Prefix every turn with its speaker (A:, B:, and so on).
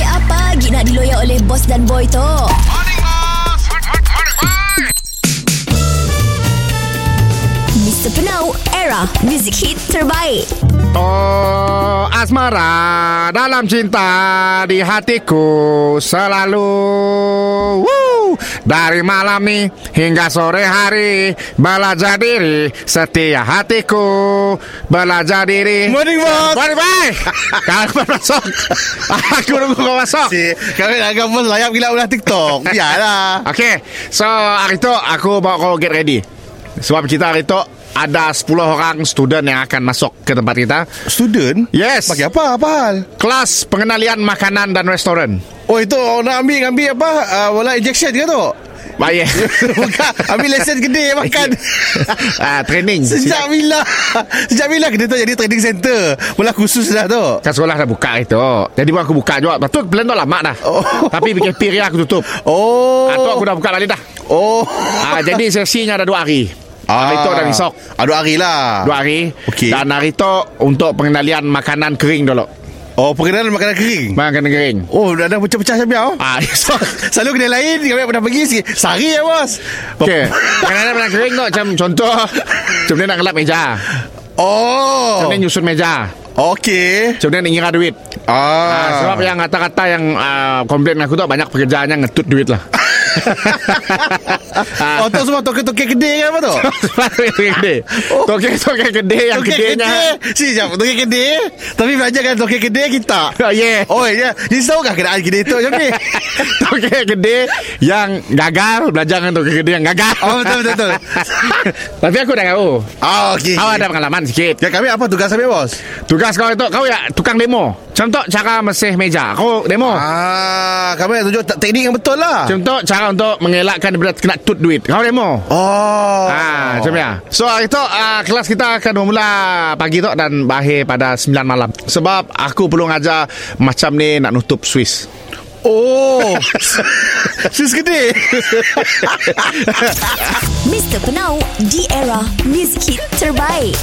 A: lagi nak diloyak oleh bos dan boy tu? Mr. Penau, era music hit terbaik.
B: Oh, asmara dalam cinta di hatiku selalu. Woo! Dari malam ni hingga sore hari belajar diri setia hatiku belajar diri.
C: Morning, boss.
B: Morning, bye. Kau masuk. Aku nunggu kau masuk.
C: Si, kami nak agak bos layap gila ulah TikTok. Biarlah.
B: Okay So hari tu Aku bawa kau get ready Sebab kita hari tu Ada 10 orang student Yang akan masuk ke tempat kita
C: Student?
B: Yes
C: Pakai apa? Apa hal?
B: Kelas pengenalian makanan dan restoran
C: Oh, itu orang nak ambil ambil apa? Uh, wala injection ke tu?
B: Baik
C: Bukan. Ambil lesen gede makan.
B: ah, Training
C: Kan? Sejak bila? Sejak bila kita tu jadi trading center? Bola khusus dah tu.
B: Kan sekolah dah buka hari tu Jadi pun aku buka juga Lepas tu plan tu lama dah
C: Oh.
B: Tapi bikin piria aku tutup
C: Oh.
B: Ah, tu aku dah buka balik dah
C: Oh.
B: ah, Jadi sesinya ada dua hari Ah, Hari tu dan esok
C: Aduh hari lah.
B: Dua hari
C: Ah. Okey.
B: Dan hari tu Untuk pengenalian makanan kering dulu
C: Oh, perkenalan makanan kering.
B: Makanan kering
C: Oh, dah dah pecah-pecah sampai oh.
B: Ah, esok
C: Selalu kedai lain Kami pernah pergi sikit Sari ya bos
B: Okey. Kadang-kadang pernah kering kot Macam contoh Macam mana nak gelap meja Macam
C: Oh
B: mana nyusun meja
C: Okey
B: Macam mana nak ngira duit
C: ah.
B: ah. Sebab yang kata-kata yang uh, Komplain dengan aku tu Banyak pekerjaannya ngetut duit lah Ah.
C: Oh tu semua toke-toke kedai kan apa tu
B: Tokek gede
C: Oh.
B: Tokek-tokek gede Yang
C: Toke
B: gedenya
C: kedai Si jap Toke kedai Tapi belajar kan toke kedai kita
B: Oh yeah
C: Oh ya Ni tahu kah kedai kedai tu Jom ni
B: Tokek gede Yang gagal Belajar dengan tokek gede yang gagal
C: Oh betul betul betul
B: Tapi aku dah tahu
C: Oh okey
B: Awak ada pengalaman sikit
C: Ya kami apa tugas kami bos
B: Tugas kau itu Kau ya tukang demo Contoh cara mesih meja Kau demo
C: Ah, Kami nak tunjuk te- teknik yang betul lah
B: Contoh cara untuk mengelakkan daripada kena tut duit. Kau demo.
C: Oh
B: Ah, macam mana? So hari tu uh, kelas kita akan bermula pagi tu dan berakhir pada 9 malam. Sebab aku perlu ngajar macam ni nak nutup Swiss.
C: Oh Sis kedai
A: Mr. Penau, di era music hit terbaik.